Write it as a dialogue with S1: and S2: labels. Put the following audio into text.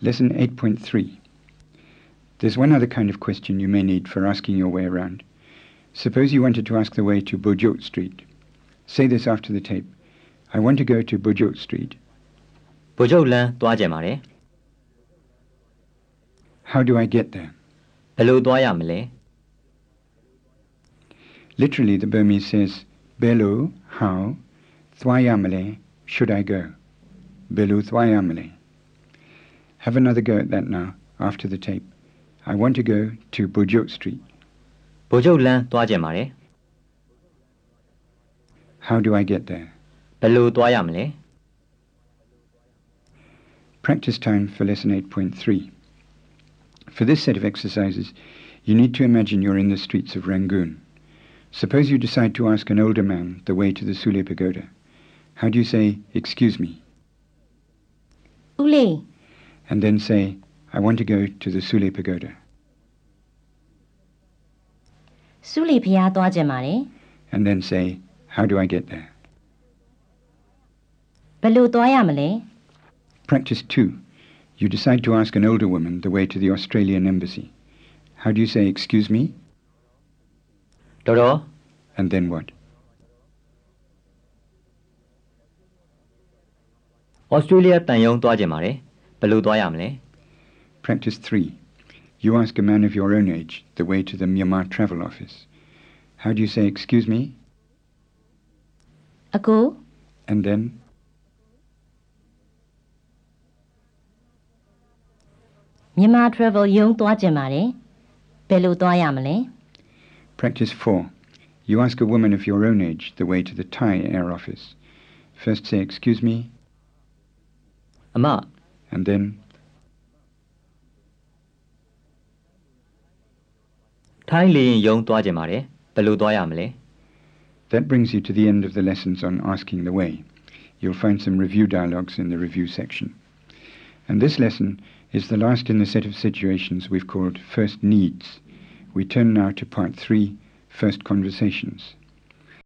S1: Lesson 8.3 There's one other kind of question you may need for asking your way around. Suppose you wanted to ask the way to Beaujeu Street. Say this after the tape. I want to go to Beaujeu Street.
S2: ဗိုလ်ချုပ်လန်းသွားကြင်ပါတယ်
S1: How do I get there?
S2: ဘယ်လိုသွားရမလဲ
S1: Literally, the Burmese says, Belo, how, thwayamale, should I go? Belu thwayamale. Have another go at that now, after the tape. I want to go to Beaujeu Street.
S2: ဗိုလ်ချုပ်လန်းသွားကြင်ပါတယ်
S1: How do I get there?
S2: ဘယ်လိုသွားရမလဲ
S1: Practice time for lesson 8.3. For this set of exercises, you need to imagine you're in the streets of Rangoon. Suppose you decide to ask an older man the way to the Sule Pagoda. How do you say, excuse me,
S3: ။ဦးလေး
S1: and then say, I want to go to the Sule Pagoda,
S3: စူးလီဖျားသွားကြင်ပါတယ်
S1: and then say, how do I get there?
S3: ။ဘယ်လိုသွားရမလဲ
S1: Practice 2. You decide to ask an older woman the way to the Australian Embassy. How do you say, excuse me,
S2: ဒေါ်တော်
S1: and then what?
S2: ဩစတြေးလျတန်ယုံသွားကြင်ပါတယ်ဘယ်လိုသွားရမလဲ
S1: Practice 3. You ask a man of your own age the way to the Myanmar Travel Office. How do you say, excuse me,
S3: ။အကို
S1: and then,
S3: မြန်မာ travel ရုံးသွားကြင်ပါတယ်။ဘယ်လိုသွားရမလဲ
S1: practice 4. You ask a woman of your own age the way to the Thai Air Office. First say, excuse me,
S2: အမ
S1: and then,
S2: ထိုင်းလေရင်ယုံသွားကြင်ပါတယ်ဘယ်လိုသွားရမလဲ
S1: that brings you to the end of the lessons on asking the way. You'll find some review dialogues in the review section. And this lesson is the last in the set of situations we've called first needs. We turn now to part three, first conversations.